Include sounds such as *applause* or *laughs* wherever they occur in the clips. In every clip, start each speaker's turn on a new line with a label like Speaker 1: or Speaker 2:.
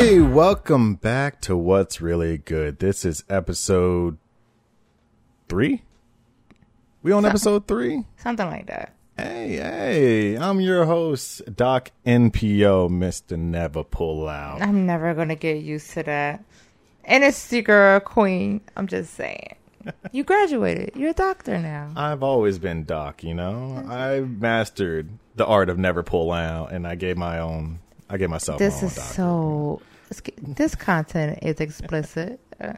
Speaker 1: Welcome back to What's Really Good. This is episode three. We on episode three?
Speaker 2: Something like that.
Speaker 1: Hey, hey, I'm your host, Doc NPO, Mr. Never Pull Out.
Speaker 2: I'm never gonna get used to that. And it's your girl, Queen. I'm just saying. You graduated. You're a doctor now.
Speaker 1: I've always been Doc, you know? I mastered the art of never pull out, and I gave my own, I gave myself
Speaker 2: This
Speaker 1: my own
Speaker 2: is
Speaker 1: doctor.
Speaker 2: so. this g- This content is explicit. Uh,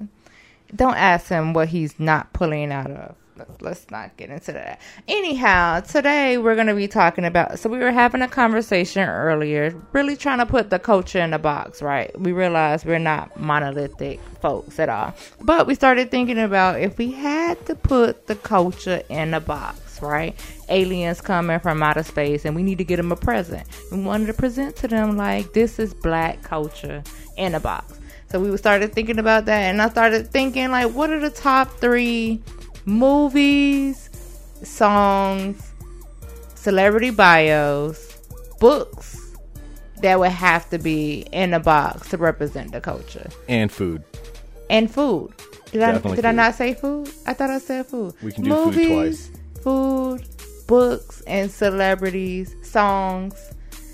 Speaker 2: Don't ask him what he's not pulling out of. Let's- Let's not get into that. Anyhow, today we're going to be talking about. So, we were having a conversation earlier, really trying to put the culture in a box, right? We realized we're not monolithic folks at all. But we started thinking about if we had to put the culture in a box, right? Aliens coming from outer space and we need to get them a present. We wanted to present to them, like, this is black culture in a box. So we started thinking about that, and I started thinking like, what are the top three movies, songs, celebrity bios, books that would have to be in a box to represent the culture
Speaker 1: And food.
Speaker 2: and food? Did I
Speaker 1: Definitely
Speaker 2: did I
Speaker 1: food.
Speaker 2: not say food? I thought I said food.
Speaker 1: We can do food
Speaker 2: twice. Food, books, and celebrities, songs.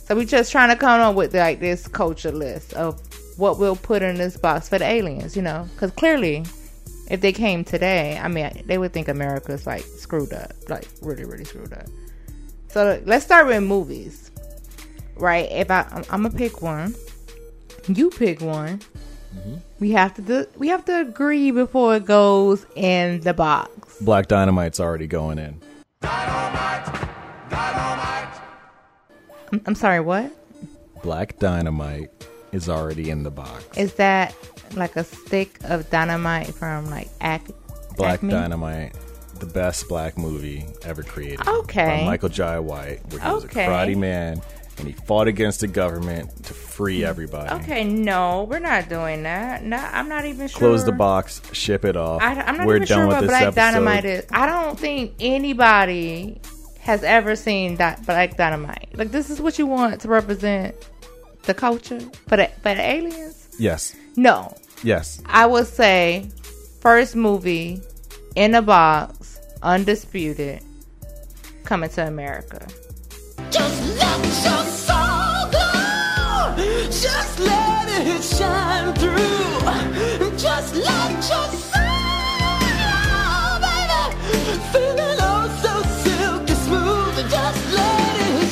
Speaker 2: So we just trying to come up with like this culture list of what we'll put in this box for the aliens, you know? Because clearly, if they came today, I mean, they would think America's like screwed up, like really, really screwed up. So let's start with movies, right? If I I'm gonna pick one, you pick one.
Speaker 1: Mm-hmm.
Speaker 2: We have to do, we have to agree before it goes in the box.
Speaker 1: Black Dynamite's already going in.
Speaker 2: I'm, I'm sorry, what
Speaker 1: Black Dynamite is already in the box.
Speaker 2: is that? Like a stick of dynamite from like Ac-
Speaker 1: Black
Speaker 2: Acme?
Speaker 1: Dynamite, the best black movie ever created.
Speaker 2: Okay.
Speaker 1: By Michael Jai White, where he was a
Speaker 2: Okay.
Speaker 1: karate man and he fought against the government to free everybody.
Speaker 2: Okay, no, we're not doing that. No, I'm not even sure.
Speaker 1: Close the box, ship it off.
Speaker 2: I, am not
Speaker 1: we're
Speaker 2: even
Speaker 1: done
Speaker 2: sure
Speaker 1: with
Speaker 2: what
Speaker 1: this
Speaker 2: Black
Speaker 1: episode.
Speaker 2: Dynamite is. I don't think anybody has ever seen that Black Dynamite. Like this is what you want to represent the culture for the for the aliens.
Speaker 1: Yes.
Speaker 2: No,
Speaker 1: Yes.
Speaker 2: I would say first movie in a box, undisputed, coming to America.
Speaker 3: Just let your soul go. Just let it shine through. Just let your soul go, baby. Feeling oh so silky smooth. Just let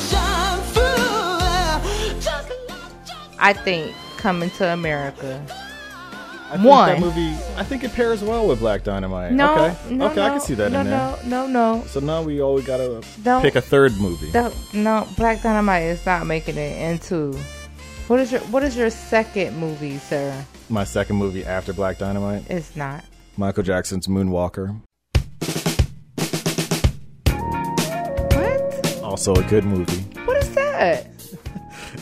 Speaker 3: it shine through. Just let your
Speaker 2: I think coming to America.
Speaker 1: I
Speaker 2: think One. that
Speaker 1: movie I think it pairs well with Black Dynamite.
Speaker 2: No,
Speaker 1: okay.
Speaker 2: no,
Speaker 1: okay, I
Speaker 2: no,
Speaker 1: can see that
Speaker 2: no,
Speaker 1: in there.
Speaker 2: No, no, no,
Speaker 1: So now we all gotta
Speaker 2: Don't-
Speaker 1: pick a third movie.
Speaker 2: That- no, Black Dynamite is not making it into. What is your What is your second movie, sir?
Speaker 1: My second movie after Black Dynamite.
Speaker 2: It's not.
Speaker 1: Michael Jackson's Moonwalker.
Speaker 2: What?
Speaker 1: Also a good movie.
Speaker 2: What is that?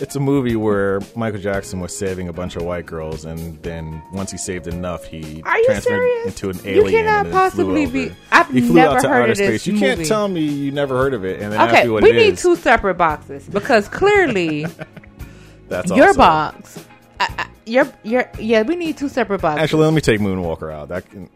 Speaker 1: It's a movie where Michael Jackson was saving a bunch of white girls, and then once he saved enough, he
Speaker 2: Are you
Speaker 1: transferred
Speaker 2: serious?
Speaker 1: into an
Speaker 2: You
Speaker 1: alien.
Speaker 2: cannot
Speaker 1: and then
Speaker 2: possibly
Speaker 1: flew
Speaker 2: be-
Speaker 1: over.
Speaker 2: I've
Speaker 1: he flew
Speaker 2: never
Speaker 1: out to
Speaker 2: heard
Speaker 1: outer
Speaker 2: of this
Speaker 1: space. You
Speaker 2: movie.
Speaker 1: can't tell me you never heard of it, and then ask
Speaker 2: Okay,
Speaker 1: me what
Speaker 2: we
Speaker 1: it
Speaker 2: need
Speaker 1: is.
Speaker 2: two separate boxes
Speaker 1: *laughs*
Speaker 2: because clearly
Speaker 1: That's
Speaker 2: your
Speaker 1: also-
Speaker 2: box, I, I, your your yeah, we need two separate boxes.
Speaker 1: Actually, let me take Moonwalker out. That can,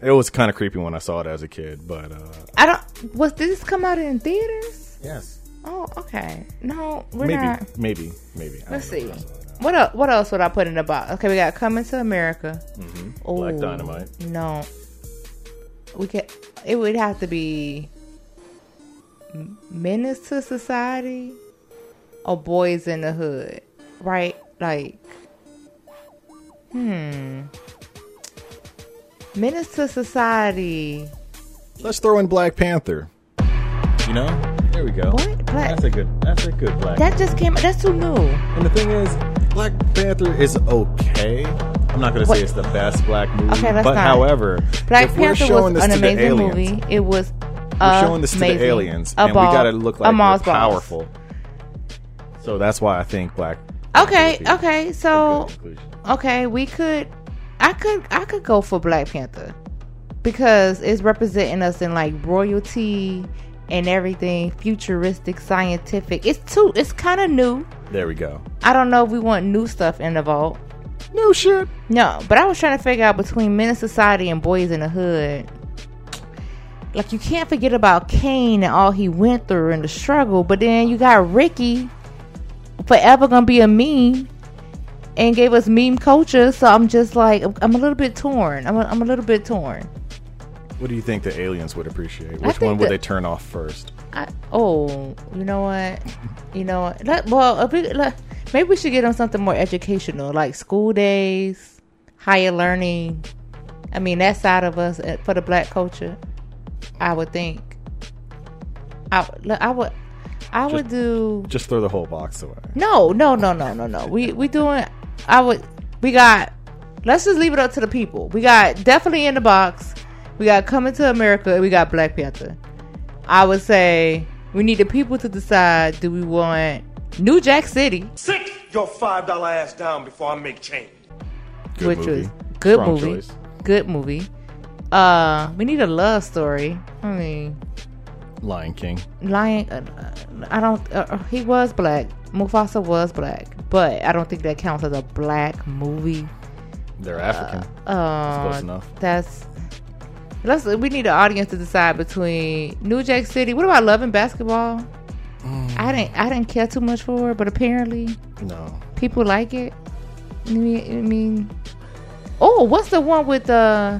Speaker 1: it was kind of creepy when I saw it as a kid, but uh,
Speaker 2: I don't. Was did this come out in theaters?
Speaker 1: yes,
Speaker 2: Oh, okay. No, we're
Speaker 1: maybe,
Speaker 2: not.
Speaker 1: maybe, maybe. I don't
Speaker 2: Let's
Speaker 1: know
Speaker 2: see.
Speaker 1: if I saw it.
Speaker 2: What else, what else would I put in the box? Okay, we got Coming to America. Oh,
Speaker 1: Mm-hmm. Black Dynamite.
Speaker 2: No. We could it would have to be Menace to Society or Boys in the Hood. Right? Like Hmm. Menace to Society.
Speaker 1: Let's throw in Black Panther. You know, there we go.
Speaker 2: What? Black-
Speaker 1: That's a good. That's a good Black.
Speaker 2: That just came that's too new.
Speaker 1: And the thing is, Black Panther is okay. I'm not going to
Speaker 2: What-
Speaker 1: say it's the best black movie,
Speaker 2: Okay, let's
Speaker 1: but
Speaker 2: not.
Speaker 1: however,
Speaker 2: Black
Speaker 1: if we're
Speaker 2: Panther
Speaker 1: showing
Speaker 2: was
Speaker 1: this
Speaker 2: an
Speaker 1: to the
Speaker 2: amazing
Speaker 1: aliens,
Speaker 2: movie. It was
Speaker 1: We're showing this to the
Speaker 2: amazing.
Speaker 1: aliens,
Speaker 2: A
Speaker 1: and
Speaker 2: ball,
Speaker 1: we got to look
Speaker 2: a
Speaker 1: like
Speaker 2: Mars
Speaker 1: we're
Speaker 2: ball.
Speaker 1: powerful. So that's why I think Black.
Speaker 2: Okay,
Speaker 1: would be
Speaker 2: okay.
Speaker 1: a
Speaker 2: So
Speaker 1: good inclusion.
Speaker 2: okay, we could I could I could go for Black Panther because it's representing us in like royalty and everything futuristic, scientific. It's too it's kind of new.
Speaker 1: there we go.
Speaker 2: I don't know if we want new stuff in the vault.
Speaker 1: No shit.
Speaker 2: No, but I was trying to figure out between Men in Society and Boys in the Hood. Like you can't forget about Kane and all he went through and the struggle, but then you got Ricky, forever gonna be a meme, and gave us meme culture. So I'm just like, I'm, I'm a little bit torn. I'm a, I'm a little bit torn.
Speaker 1: What do you think the aliens would appreciate?
Speaker 2: I
Speaker 1: Which one
Speaker 2: think
Speaker 1: would
Speaker 2: that-
Speaker 1: they turn off first?
Speaker 2: I, oh, you know what? You know what? Let, well, if we, let, maybe we should get on something more educational, like school days, higher learning. I mean, that side of us eh, for the black culture, I would think. I, would- look, I would, I would do.
Speaker 1: Just throw the whole box away.
Speaker 2: No, no, no, no, no, no. We we doing. I would. We got. Let's just leave it up to the people. We got definitely in the box. We got coming to America. and We got Black Panther. I would say we need the people to decide. Do we want New Jack City,
Speaker 4: Sit your five dollar ass down before I make change.
Speaker 1: Good
Speaker 2: which
Speaker 1: movie.
Speaker 2: was good
Speaker 1: Strong
Speaker 2: movie,
Speaker 1: choice.
Speaker 2: good movie. Uh, we need a love story. I mean,
Speaker 1: Lion King.
Speaker 2: Lion. Uh, uh, I don't. Uh, uh, he was black. Mufasa was black, but I don't think that counts as a black movie.
Speaker 1: They're African.
Speaker 2: Uh,
Speaker 1: close enough.
Speaker 2: That's. Let's. We need the audience to decide between New Jack City. What about Love and Basketball? I didn't. I didn't care too much for it, but apparently
Speaker 1: no.
Speaker 2: people like it. I mean, I mean- oh, what's the one with uh,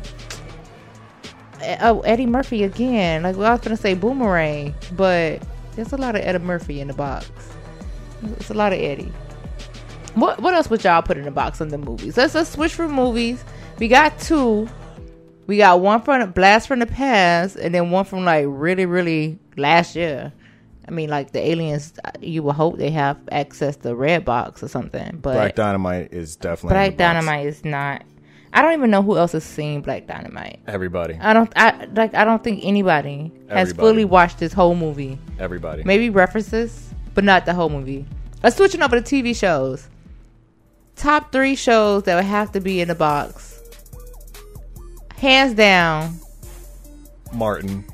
Speaker 2: eh, oh Eddie Murphy again? Like I was gonna say Boomerang, but there's a lot of Eddie Murphy in the box. It's a lot of Eddie. What what else would y'all put in the box on the movies? Let's let's switch from movies. We got two. We got one from Blast from the Past, and then one from like really, really last year. I mean, like the aliens. uh, You would hope they have access to Red Box or something, but
Speaker 1: Black Dynamite is definitely in
Speaker 2: Black
Speaker 1: the box.
Speaker 2: Dynamite is not. I don't even know who else has seen Black Dynamite.
Speaker 1: Everybody.
Speaker 2: I don't. I like. I don't think anybody has
Speaker 1: Everybody.
Speaker 2: fully watched this whole movie.
Speaker 1: Everybody.
Speaker 2: Maybe references, but not the whole movie. Let's switching over to TV shows. Top three shows that would have to be in the box. Hands down,
Speaker 1: Martin.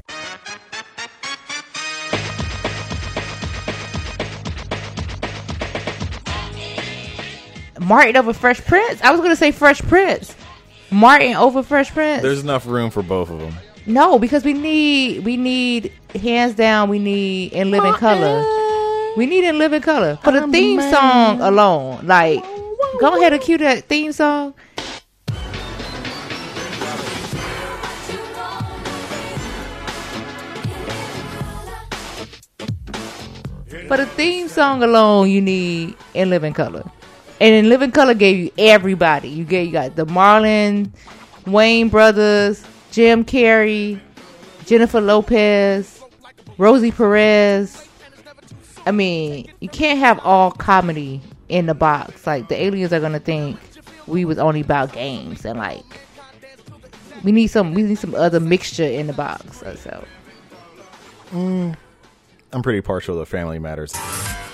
Speaker 2: Martin over Fresh Prince. I was gonna say Fresh Prince. Martin over Fresh Prince.
Speaker 1: There's enough room for both of them.
Speaker 2: No, because we need we need hands down we need in living color. We need in living color for the theme song alone. Like, go ahead and cue that theme song. For the theme song alone, you need in living color, and in living color gave you everybody. You get you got the Marlon, Wayne brothers, Jim Carrey, Jennifer Lopez, Rosie Perez. I mean, you can't have all comedy in the box. Like the aliens are gonna think we was only about games and like we need some we need some other mixture in the box. So
Speaker 1: I'm pretty partial to Family Matters. that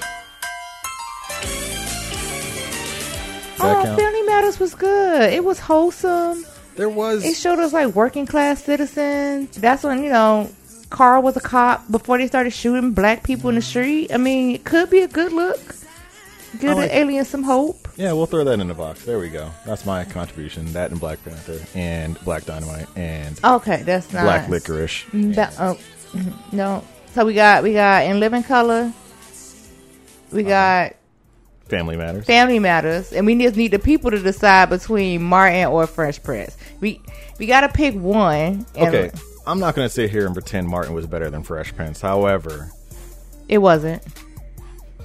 Speaker 2: Oh,
Speaker 1: count?
Speaker 2: Family Matters was good. It was wholesome.
Speaker 1: There was
Speaker 2: It showed us like working class citizens. That's when, you know, Carl was a cop before they started shooting black people in the street. I mean, it could be a good look. Give
Speaker 1: like-
Speaker 2: the aliens some hope.
Speaker 1: Yeah, we'll throw that in the box. There we go. That's my contribution. That and Black Panther and Black Dynamite and
Speaker 2: Okay, that's not
Speaker 1: Black Licorice.
Speaker 2: That- oh, mhm, no. So we got we got in living color. We
Speaker 1: Uh-huh.
Speaker 2: got
Speaker 1: Family Matters.
Speaker 2: Family Matters, and we just need the people to decide between Martin or French Press. We we gotta pick one. And
Speaker 1: Okay, I'm not going to sit here and pretend Martin was better than Fresh Prince. However,
Speaker 2: it wasn't.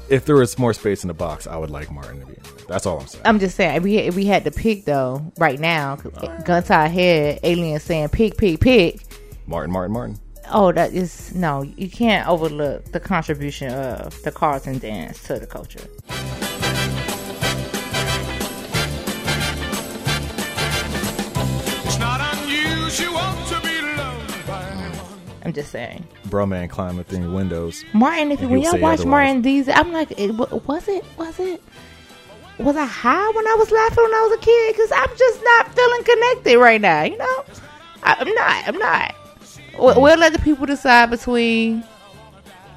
Speaker 1: if there was more space in the box, I would like Martin to be. in there. That's all I'm saying.
Speaker 2: I'm just saying, if we, if we had to pick though, right now, 'cause gun to our head, aliens saying pick, pick, pick.
Speaker 1: Martin, Martin, Martin.
Speaker 2: Oh, that is no, you can't overlook the contribution of the Carlton dance to the culture.
Speaker 5: It's not unusual to be loved by anyone.
Speaker 2: I'm just saying,
Speaker 1: Bro, man, climbing through the windows.
Speaker 2: Martin. If you,
Speaker 1: And
Speaker 2: when
Speaker 1: he'll
Speaker 2: y'all
Speaker 1: say
Speaker 2: watch
Speaker 1: otherwise.
Speaker 2: Martin these, I'm like, it, wa- was it? Was it? Was I high when I was laughing when I was a kid? Because I'm just not feeling connected right now. You know,
Speaker 1: Mm.
Speaker 2: I, I'm not. I'm not. We'll, we'll let the people decide between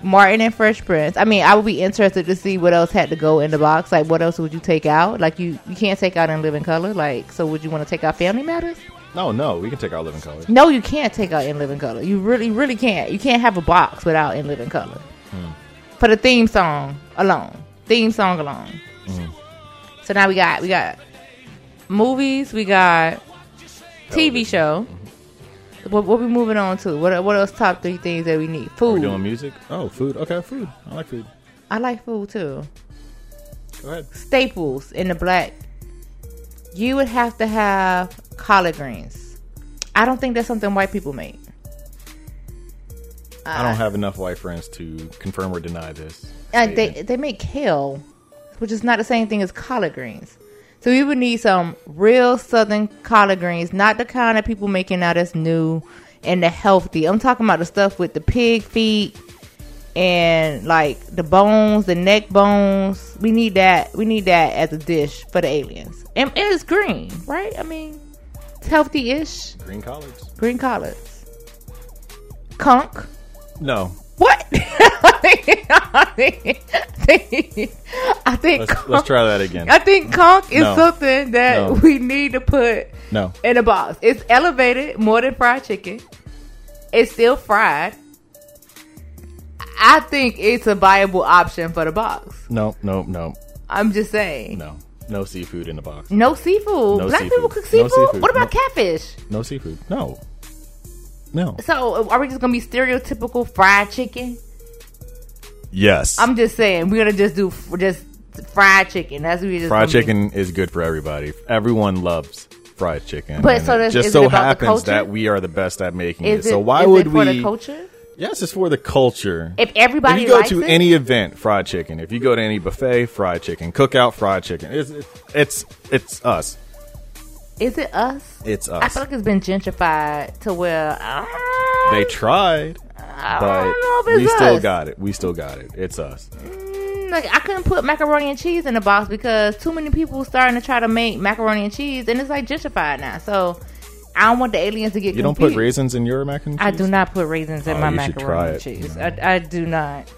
Speaker 2: Martin and Fresh Prince. I mean, I would be interested to see what else had to go in the box. Like, what else would you take out? Like, you you can't take out In Living Color. Like, so would you want to take out Family Matters?
Speaker 1: No, Oh, no, we can take our living color.
Speaker 2: No, you can't take out In Living Color. You really, really can't. You can't have a box without In Living Color.
Speaker 1: Hmm.
Speaker 2: For the theme song alone, theme song alone.
Speaker 1: Hmm.
Speaker 2: So now we got we got movies. We got TV show. What, what we moving on to? What what else? Top three things that we need.
Speaker 1: Are we
Speaker 2: Food.
Speaker 1: doing music? Oh, food. Okay, food. I like food.
Speaker 2: I like food too.
Speaker 1: Go ahead.
Speaker 2: staples in the black, you would have to have collard greens. I don't think that's something white people make.
Speaker 1: I don't have enough white friends to confirm or deny this.
Speaker 2: Uh, they they make kale, which is not the same thing as collard greens. So we would need some real southern collard greens, not the kind that people making now that's new and the healthy. I'm talking about the stuff with the pig feet and like the bones, the neck bones. We need that. We need that as a dish for the aliens. And and it's green, right? I mean, it's healthy-ish.
Speaker 1: Green collards?
Speaker 2: Green collards. Conch.
Speaker 1: No.
Speaker 2: What? *laughs* I think, I think
Speaker 1: Let's, *laughs*
Speaker 2: conch-
Speaker 1: let's try that again.
Speaker 2: I think conch is
Speaker 1: No.
Speaker 2: something that
Speaker 1: No.
Speaker 2: we need to put
Speaker 1: No.
Speaker 2: in a box. It's elevated more than fried chicken. It's still fried. I think it's a viable option for the box.
Speaker 1: No, no, no,
Speaker 2: I'm just saying.
Speaker 1: no. No seafood in the box.
Speaker 2: No seafood.
Speaker 1: No
Speaker 2: Black people
Speaker 1: seafood.
Speaker 2: cook
Speaker 1: No
Speaker 2: seafood.
Speaker 1: seafood.
Speaker 2: What about
Speaker 1: No.
Speaker 2: catfish?
Speaker 1: No seafood. No. No.
Speaker 2: So are we just gonna be stereotypical fried chicken?
Speaker 1: Yes.
Speaker 2: I'm just saying we're gonna just do f- just fried chicken. That's what we just
Speaker 1: fried
Speaker 2: gonna do.
Speaker 1: chicken is good for everybody. Everyone loves fried chicken.
Speaker 2: But
Speaker 1: And
Speaker 2: so
Speaker 1: it
Speaker 2: that's-
Speaker 1: just
Speaker 2: is it
Speaker 1: so
Speaker 2: about the
Speaker 1: happens
Speaker 2: culture?
Speaker 1: that we are the best at making it.
Speaker 2: Is it,
Speaker 1: So why
Speaker 2: is
Speaker 1: would
Speaker 2: it for
Speaker 1: we
Speaker 2: the culture?
Speaker 1: Yes, it's for the culture.
Speaker 2: If
Speaker 1: if
Speaker 2: everybody
Speaker 1: you go
Speaker 2: likes
Speaker 1: to
Speaker 2: it?
Speaker 1: any event, fried chicken. If you go to any buffet, fried chicken. Cookout, fried chicken. It's it's it's us.
Speaker 2: Is it us?
Speaker 1: It's
Speaker 2: I
Speaker 1: us.
Speaker 2: feel like it's been gentrified to where ah,
Speaker 1: they tried,
Speaker 2: Oh, I
Speaker 1: but
Speaker 2: don't know if
Speaker 1: we
Speaker 2: it's
Speaker 1: still
Speaker 2: us.
Speaker 1: got it. We still got it. It's us.
Speaker 2: Mm, Like I couldn't put macaroni and cheese in a box because too many people starting to try to make macaroni and cheese, and it's like gentrified now. So I don't want the aliens to get.
Speaker 1: You don't put
Speaker 2: confused.
Speaker 1: raisins in your mac and cheese.
Speaker 2: I do not put raisins in
Speaker 1: Oh,
Speaker 2: my
Speaker 1: you should
Speaker 2: macaroni
Speaker 1: try
Speaker 2: and
Speaker 1: it, you
Speaker 2: cheese.
Speaker 1: know.
Speaker 2: I, I do not.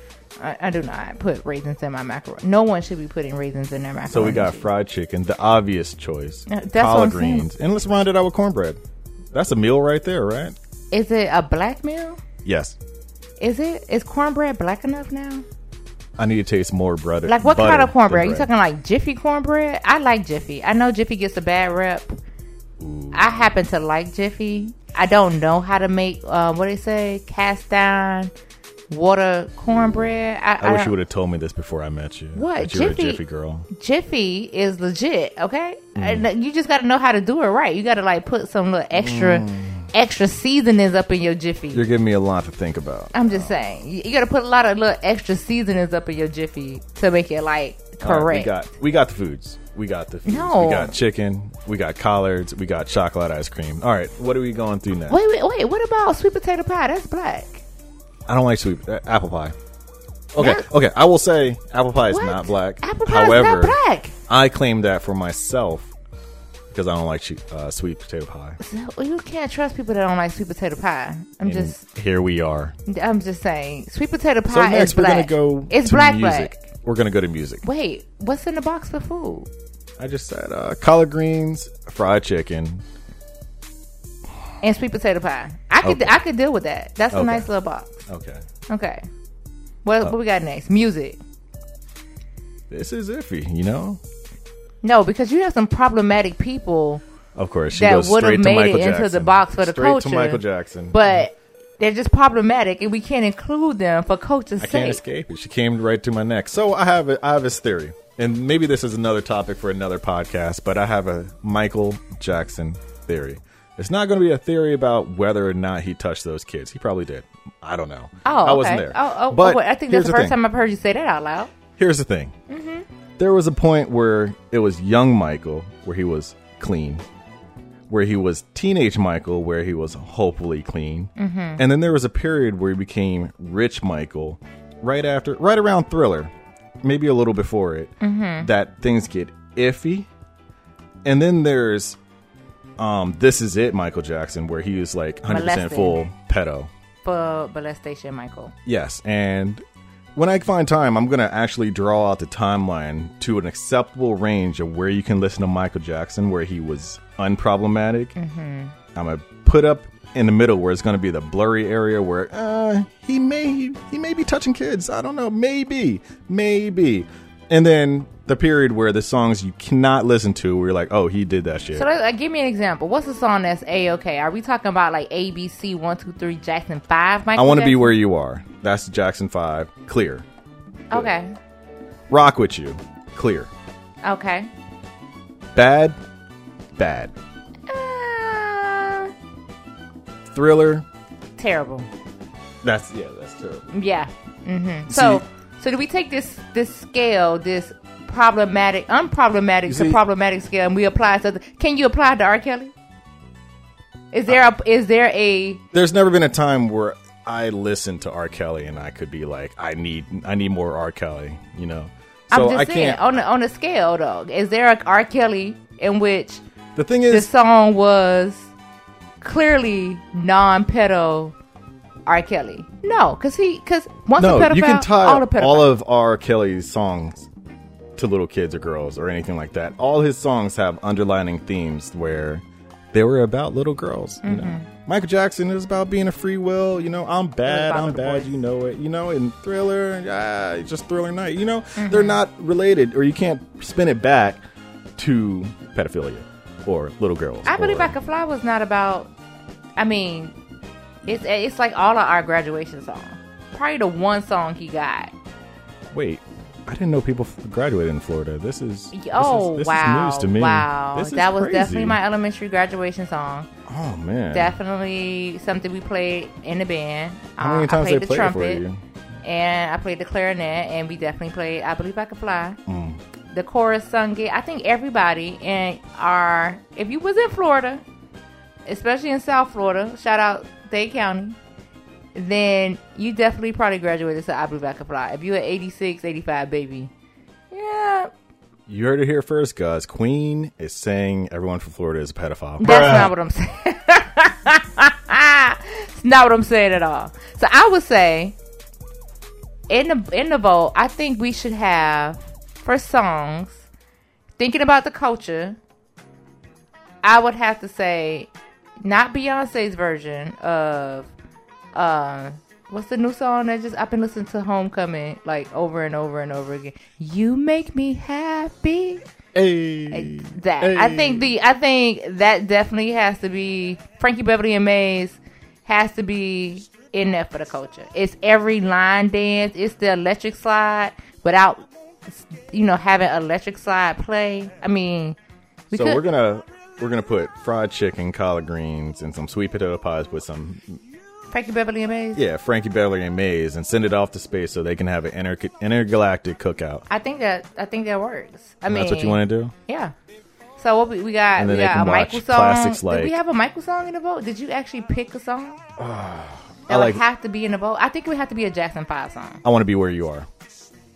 Speaker 2: I, I do not put raisins in my macaroni. No one should be putting raisins in their macaroni.
Speaker 1: So we got
Speaker 2: and cheese.
Speaker 1: fried chicken, the obvious choice.
Speaker 2: Yeah, that's what I'm
Speaker 1: collard
Speaker 2: saying.
Speaker 1: greens, and let's round it out with cornbread. That's a meal right there, right?
Speaker 2: Is it a black meal?
Speaker 1: Yes.
Speaker 2: Is it? Is cornbread black enough now?
Speaker 1: I need to taste more butter.
Speaker 2: Like what
Speaker 1: butter
Speaker 2: kind of
Speaker 1: than
Speaker 2: cornbread? You
Speaker 1: bread.
Speaker 2: talking like Jiffy cornbread? I like Jiffy. I know Jiffy gets a bad rep. I happen to like Jiffy. I don't know how to make uh, what they say cast iron water cornbread.
Speaker 1: I
Speaker 2: I,
Speaker 1: wish
Speaker 2: don't-
Speaker 1: you would have told me this before I met you.
Speaker 2: What,
Speaker 1: That you were a
Speaker 2: Jiffy?
Speaker 1: Jiffy girl.
Speaker 2: Jiffy is legit, okay?
Speaker 1: Mm.
Speaker 2: And uh, you just got to know how to do it right. You got to like put some little extra,
Speaker 1: Mm.
Speaker 2: extra seasonings up in your Jiffy.
Speaker 1: You're giving me a lot to think about.
Speaker 2: I'm just saying, you, you got to put a lot of little extra seasonings up in your Jiffy to make it like
Speaker 1: All right, we
Speaker 2: correct.
Speaker 1: got we got the foods. We got the foods.
Speaker 2: No.
Speaker 1: We got chicken. We got collards. We got chocolate ice cream. All right, what are we going through now?
Speaker 2: wait, wait, wait. What about sweet potato pie? That's black.
Speaker 1: I don't like sweet uh, apple pie. Okay,
Speaker 2: Not-
Speaker 1: okay. I will say apple pie is
Speaker 2: What?
Speaker 1: not black.
Speaker 2: Apple pie is not black.
Speaker 1: I claim that for myself because I don't like che- uh, sweet potato
Speaker 2: *laughs*
Speaker 1: pie.
Speaker 2: So you can't trust people that don't like sweet potato pie. I'm
Speaker 1: And
Speaker 2: just,
Speaker 1: here we are.
Speaker 2: I'm just saying, sweet potato pie
Speaker 1: So
Speaker 2: is
Speaker 1: next we're
Speaker 2: black.
Speaker 1: gonna go.
Speaker 2: it's
Speaker 1: to
Speaker 2: black,
Speaker 1: music.
Speaker 2: black.
Speaker 1: We're gonna go to music.
Speaker 2: Wait, what's in the box for food?
Speaker 1: I just said uh, collard greens, fried chicken.
Speaker 2: and sweet potato pie. I could
Speaker 1: Okay.
Speaker 2: I could deal with that. That's a
Speaker 1: Okay. Oh.
Speaker 2: nice little box.
Speaker 1: Okay,
Speaker 2: Okay. What what we got next? Music.
Speaker 1: this is iffy. You know,
Speaker 2: No, because you have some problematic people,
Speaker 1: of course she
Speaker 2: That
Speaker 1: goes
Speaker 2: would've
Speaker 1: straight to
Speaker 2: made
Speaker 1: Michael
Speaker 2: it into
Speaker 1: Jackson.
Speaker 2: the box for the
Speaker 1: straight
Speaker 2: culture,
Speaker 1: to Michael Jackson.
Speaker 2: but they're just problematic, and we can't include them for culture's
Speaker 1: I
Speaker 2: sake.
Speaker 1: can't escape it. She came right to my neck. So I have a, I have this theory, and maybe this is another topic for another podcast. But I have a Michael Jackson theory. It's not going to be a theory about whether or not he touched those kids. He probably did. I don't know.
Speaker 2: Oh,
Speaker 1: I wasn't
Speaker 2: okay.
Speaker 1: there.
Speaker 2: Oh, oh,
Speaker 1: but
Speaker 2: oh, wait, I think that's
Speaker 1: here's
Speaker 2: the first
Speaker 1: thing.
Speaker 2: time I've heard you say that out loud.
Speaker 1: here's the thing. There was a point where it was young Michael, where he was clean, where he was teenage Michael, where he was hopefully clean, and then there was a period where he became rich Michael, right after, right around Thriller, maybe a little before it, that things get iffy, and then there's, um, this is it, Michael Jackson, where he is like 100 percent
Speaker 2: Molested.
Speaker 1: full pedo.
Speaker 2: for Molestation Michael.
Speaker 1: Yes, and when I find time, I'm gonna actually draw out the timeline to an acceptable range of where you can listen to Michael Jackson, where he was unproblematic. I'm gonna put up in the middle where it's gonna be the blurry area where uh, he may he may be touching kids. I don't know, maybe, maybe, and then the period where the songs you cannot listen to, where you're like, oh, he did that shit.
Speaker 2: So like, like, give me an example. What's a song that's a okay? Are we talking about like ABC one two three Jackson five?
Speaker 1: I
Speaker 2: Michael
Speaker 1: want to be
Speaker 2: Jackson?
Speaker 1: where you are. That's Jackson Five. Clear.
Speaker 2: Okay,
Speaker 1: Rock with you. Clear.
Speaker 2: okay.
Speaker 1: Bad, bad.
Speaker 2: Uh,
Speaker 1: Thriller.
Speaker 2: terrible.
Speaker 1: That's yeah, that's terrible.
Speaker 2: Yeah. hmm So so do we take this this scale this problematic unproblematic
Speaker 1: see-
Speaker 2: to problematic scale and we apply it to the, can you apply it to R Kelly? Is there a is there a
Speaker 1: There's never been a time where I listened to R. Kelly and I could be like, I need, I need more R. Kelly. You know,
Speaker 2: I'm
Speaker 1: so
Speaker 2: just
Speaker 1: I
Speaker 2: saying
Speaker 1: can't.
Speaker 2: on a, on a scale though is there a R Kelly in which
Speaker 1: the thing
Speaker 2: the
Speaker 1: is,
Speaker 2: song was clearly non-pedo R Kelly? No, because he because once
Speaker 1: no,
Speaker 2: a pedophile
Speaker 1: you can tie
Speaker 2: all the pedophile.
Speaker 1: all of R. Kelly's songs to little kids or girls or anything like that. All his songs have underlining themes where they were about little girls. You know, Michael Jackson is about being a free will. You know, I'm bad,
Speaker 2: Mm-hmm. about
Speaker 1: I'm
Speaker 2: little
Speaker 1: bad.
Speaker 2: boys.
Speaker 1: You know it. You know, and Thriller, ah, it's just Thriller Night. You know,
Speaker 2: Mm-hmm.
Speaker 1: they're not related, or you can't spin it back to pedophilia or little girls.
Speaker 2: I believe
Speaker 1: or-
Speaker 2: I could fly was not about. I mean, it's it's like all of our graduation songs. Probably the one song he got.
Speaker 1: Wait. I didn't know people f- graduated in Florida. This is this is-
Speaker 2: Oh
Speaker 1: this is
Speaker 2: wow!
Speaker 1: news to me.
Speaker 2: Wow,
Speaker 1: This is
Speaker 2: that was
Speaker 1: crazy.
Speaker 2: definitely my elementary graduation song.
Speaker 1: Oh man.
Speaker 2: Definitely something we played in the band.
Speaker 1: How many
Speaker 2: Uh,
Speaker 1: times
Speaker 2: I played
Speaker 1: they
Speaker 2: the
Speaker 1: played it
Speaker 2: trumpet
Speaker 1: for you?
Speaker 2: and I played the clarinet, and we definitely played "I Believe I Could Fly." The chorus sung it. I think everybody in our, if you was in Florida, especially in South Florida, shout out Dade County, then you definitely probably graduated to "I Believe I Could Fly." If you were 86, 85, baby, yeah,
Speaker 1: You heard it here first, guys. Queen is saying everyone from Florida is a pedophile.
Speaker 2: That's not what I'm saying. *laughs* it's not what I'm saying at all. So I would say in the in the vote, I think we should have for songs, thinking about the culture, I would have to say not Beyonce's version of uh what's the new song that just I've been listening to Homecoming like over and over and over again. You make me happy
Speaker 1: Hey.
Speaker 2: that. I think the I think that definitely has to be Frankie Beverly and Mays has to be in there for the culture. It's every line dance. It's the electric slide without you know having electric slide play. I mean, we
Speaker 1: So
Speaker 2: could,
Speaker 1: we're gonna we're gonna put fried chicken, collard greens, and some sweet potato pies with some
Speaker 2: Frankie Beverly and Mays.
Speaker 1: yeah Frankie Beverly and Mays, and send it off to space so they can have an inter- intergalactic cookout.
Speaker 2: I think that I think that works. I mean,
Speaker 1: That's what you want to do.
Speaker 2: Yeah. So what we, we got?
Speaker 1: And
Speaker 2: We
Speaker 1: then they
Speaker 2: got
Speaker 1: can
Speaker 2: a
Speaker 1: watch
Speaker 2: Michael song.
Speaker 1: classics
Speaker 2: Did we
Speaker 1: like-
Speaker 2: have a Michael song in the vote? Did you actually pick a song?
Speaker 1: *sighs* I
Speaker 2: That
Speaker 1: like.
Speaker 2: would have to be in the vote. I think it would have to be a Jackson Five song.
Speaker 1: I want to be where you are.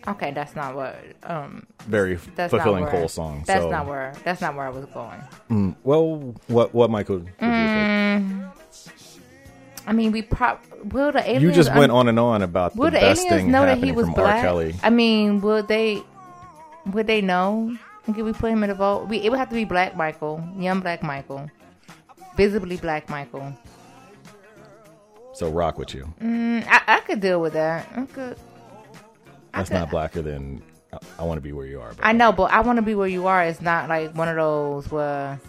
Speaker 2: Okay, that's not what. Um,
Speaker 1: Very
Speaker 2: that's
Speaker 1: fulfilling
Speaker 2: not where,
Speaker 1: Cole song.
Speaker 2: That's
Speaker 1: so,
Speaker 2: not where. That's not where I was going.
Speaker 1: Well, what what Michael? would you
Speaker 2: Mm,
Speaker 1: pick?
Speaker 2: I mean, we prob will the aliens.
Speaker 1: You just
Speaker 2: un-
Speaker 1: went on and on about
Speaker 2: Will
Speaker 1: the
Speaker 2: the,
Speaker 1: best
Speaker 2: um, aliens
Speaker 1: thing
Speaker 2: know that
Speaker 1: happening
Speaker 2: he was
Speaker 1: from
Speaker 2: black?
Speaker 1: R. Kelly.
Speaker 2: I mean, would they? Would they know? Can we put him in the vote? We, it would have to be Black Michael, young Black Michael, visibly Black Michael.
Speaker 1: So rock with you.
Speaker 2: Mm, I, I could deal with that. I could. I
Speaker 1: That's
Speaker 2: could-
Speaker 1: not blacker than I, I want to be where you are. But
Speaker 2: I know, but I want to be where you are. It's not like one of those where,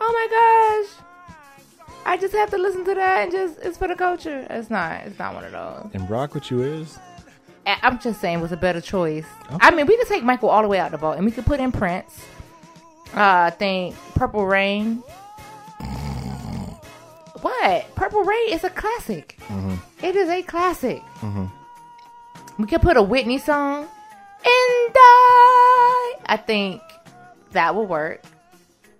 Speaker 2: oh my gosh, I just have to listen to that and just it's for the culture. It's not. It's not one of those.
Speaker 1: and rock with you is
Speaker 2: I- I'm just saying it was a better choice. I mean, we could take Michael all the way out the vote, and we could put in Prince. Uh, I think Purple Rain. What? Purple Rain is a classic. It is a classic. We could put a Whitney song. And I, I think that will work.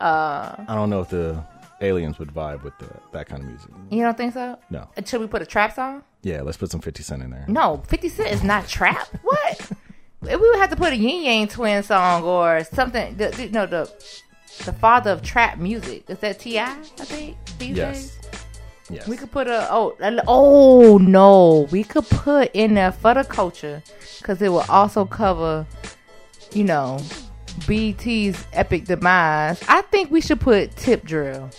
Speaker 1: I don't know if the aliens would vibe with the, that kind of music.
Speaker 2: You don't think so?
Speaker 1: No.
Speaker 2: Should we put a trap song?
Speaker 1: Yeah, let's put some Fifty Cent in there.
Speaker 2: Uh, No, 50 Cent is not trap. What? we would have to put a Yin Yang Twin song or something. The, the, no, the the father of trap music. Is that T.I., I think? These
Speaker 1: Yes.
Speaker 2: days?
Speaker 1: Yes.
Speaker 2: We could put a oh a- oh no, we could put in there for the culture because it will also cover, you know, BT's epic demise. I think we should put tip drill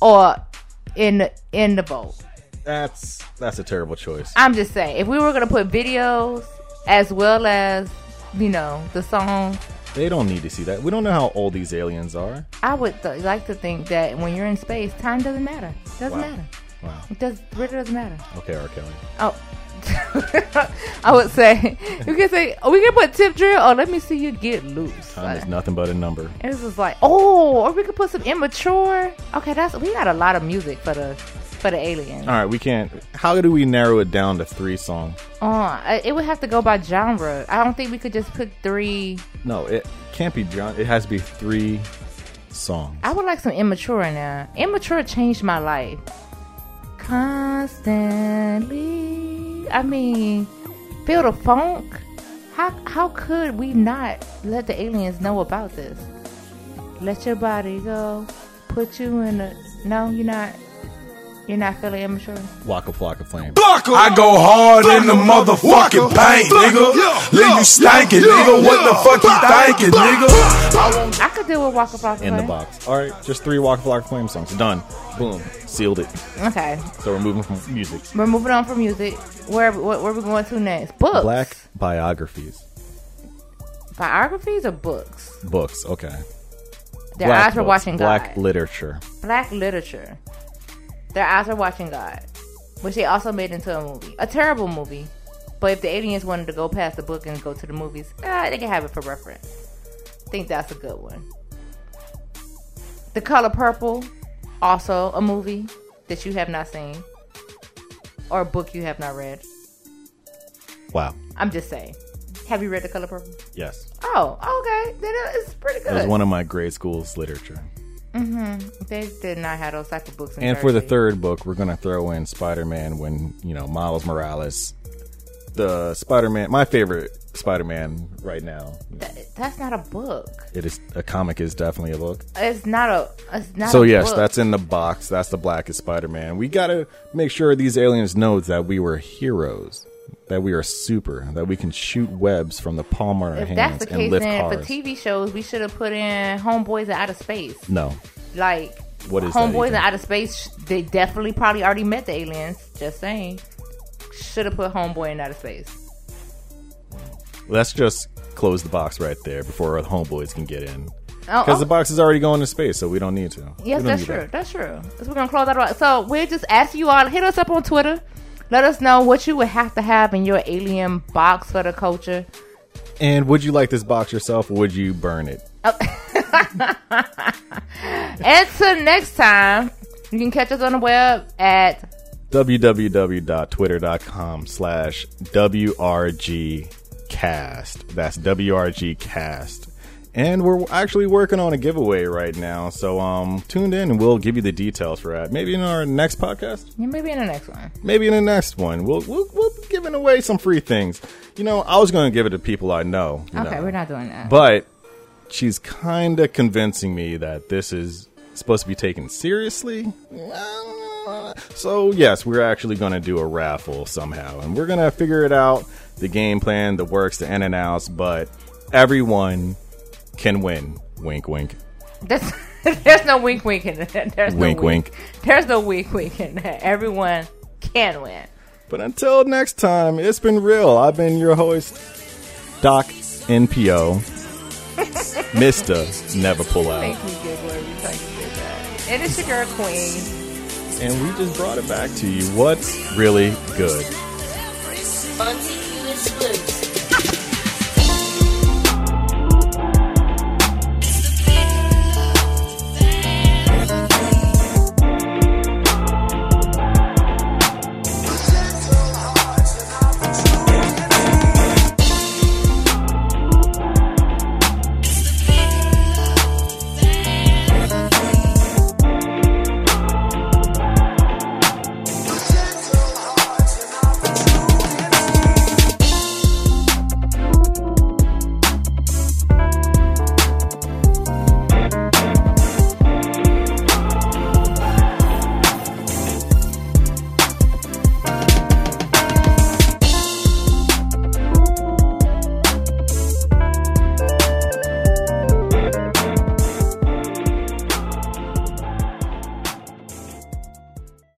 Speaker 2: or in the in the boat.
Speaker 1: that's that's a terrible choice.
Speaker 2: I'm just saying if we were gonna put videos as well as you know the songs,
Speaker 1: They don't need to see that. We don't know how old these aliens are.
Speaker 2: I would th- like to think that when you're in space, time doesn't matter. Doesn't
Speaker 1: Wow.
Speaker 2: matter.
Speaker 1: Wow.
Speaker 2: It does really doesn't matter.
Speaker 1: Okay, R. Kelly.
Speaker 2: Oh. *laughs* I would say you can say oh, we can put tip drill or let me see you get loose.
Speaker 1: Time is
Speaker 2: Like,
Speaker 1: nothing but a number.
Speaker 2: and this is like oh, or we could put some immature. Okay, that's we got a lot of music for the for the alien.
Speaker 1: All right, we can't. How do we narrow it down to three songs?
Speaker 2: Uh, I- it would have to go by genre. I don't think we could just put three.
Speaker 1: No, it can't be John. It has to be three songs.
Speaker 2: I would like some immature in there. Immature changed my life constantly. I mean, feel the funk. How how could we not let the aliens know about this? Let your body go. Put you in a no. You're not. You're not feeling immature.
Speaker 1: Waka Flocka Flame.
Speaker 6: I go hard in the motherfucking paint, nigga. Leave you stankin', nigga. What the fuck you thinking, nigga? I won't
Speaker 2: I could deal with Waka Flocka.
Speaker 1: In the
Speaker 2: Flocka.
Speaker 1: box. All right, just three Waka Flocka Flame songs. Done. Boom. Sealed it.
Speaker 2: Okay,
Speaker 1: So we're moving from music.
Speaker 2: we're moving on from music. Where where, where we going to next? Books,
Speaker 1: Black biographies.
Speaker 2: biographies, or books.
Speaker 1: Books. Okay.
Speaker 2: Their
Speaker 1: black
Speaker 2: eyes were
Speaker 1: books,
Speaker 2: watching
Speaker 1: Black
Speaker 2: God.
Speaker 1: literature.
Speaker 2: black literature. Their eyes are watching God, which they also made into a movie, a terrible movie. But if the aliens wanted to go past the book and go to the movies, uh, they can have it for reference. Think that's a good one. The Color Purple, also a movie that you have not seen or a book you have not read.
Speaker 1: Wow.
Speaker 2: I'm just saying. Have you read The Color Purple?
Speaker 1: Yes.
Speaker 2: Oh, okay. Then it- it's pretty
Speaker 1: It was
Speaker 2: good.
Speaker 1: one of my grade school's literature.
Speaker 2: they did not have those type of books. In
Speaker 1: And for the
Speaker 2: third.
Speaker 1: third book, we're gonna throw in Spider-Man when you know Miles Morales, the Spider-Man, my favorite Spider-Man right now.
Speaker 2: that's not a book.
Speaker 1: It is a comic is definitely a book.
Speaker 2: It's not a. It's not.
Speaker 1: So
Speaker 2: a
Speaker 1: yes,
Speaker 2: book.
Speaker 1: that's in the box. That's the blackest Spider-Man. We gotta make sure these aliens know that we were heroes, that we are super, that we can shoot webs from the palm of our
Speaker 2: If that's
Speaker 1: hands
Speaker 2: the
Speaker 1: and
Speaker 2: case,
Speaker 1: lift
Speaker 2: then
Speaker 1: cars.
Speaker 2: for TV shows, we should have put in Homeboys in Outer Space.
Speaker 1: no,
Speaker 2: Like,
Speaker 1: What is that
Speaker 2: Homeboys in
Speaker 1: even?
Speaker 2: Outer Space? They definitely probably already met the aliens. Just saying. Should have put Homeboy in Outer Space.
Speaker 1: let's just close the box right there before our homeboys can get in.
Speaker 2: Oh,
Speaker 1: Because
Speaker 2: oh,
Speaker 1: the box is already going to space, so we don't need to. We
Speaker 2: yes,
Speaker 1: don't
Speaker 2: that's
Speaker 1: need
Speaker 2: true.
Speaker 1: that.
Speaker 2: That's true. So we're gonna close that out. So we're just asking you all hit us up on Twitter. Let us know what you would have to have in your alien box for the
Speaker 1: *laughs*
Speaker 2: culture.
Speaker 1: And would you like this box yourself? Or would you burn it?
Speaker 2: Until next time, you can catch us on the web at
Speaker 1: www.twitter.com slash WRGcast. That's WRGcast. And we're actually working on a giveaway right now. So um tuned in and we'll give you the details for that. Maybe in our next podcast.
Speaker 2: Yeah, Maybe in the next one.
Speaker 1: maybe in the next one we'll we'll, we'll be giving away some free things you know i was going to give it to people i know you
Speaker 2: Okay,
Speaker 1: know.
Speaker 2: we're not doing that.
Speaker 1: but she's kind of convincing me that this is supposed to be taken seriously so yes we're actually going to do a raffle somehow and we're going to figure it out the game plan the works the in and outs but everyone can win wink wink
Speaker 2: There's, *laughs* there's no wink wink in that. There's
Speaker 1: Wink,
Speaker 2: no wink. There's no wink wink in that. Everyone can win.
Speaker 1: But until next time, it's been real. I've been your host, Doc NPO. Mr. Never Pull
Speaker 2: Thank
Speaker 1: Out.
Speaker 2: you, Giggler. We thank you for that. And it's your girl Queen.
Speaker 1: And we just brought it back to you. What's really good?
Speaker 7: Until it's good.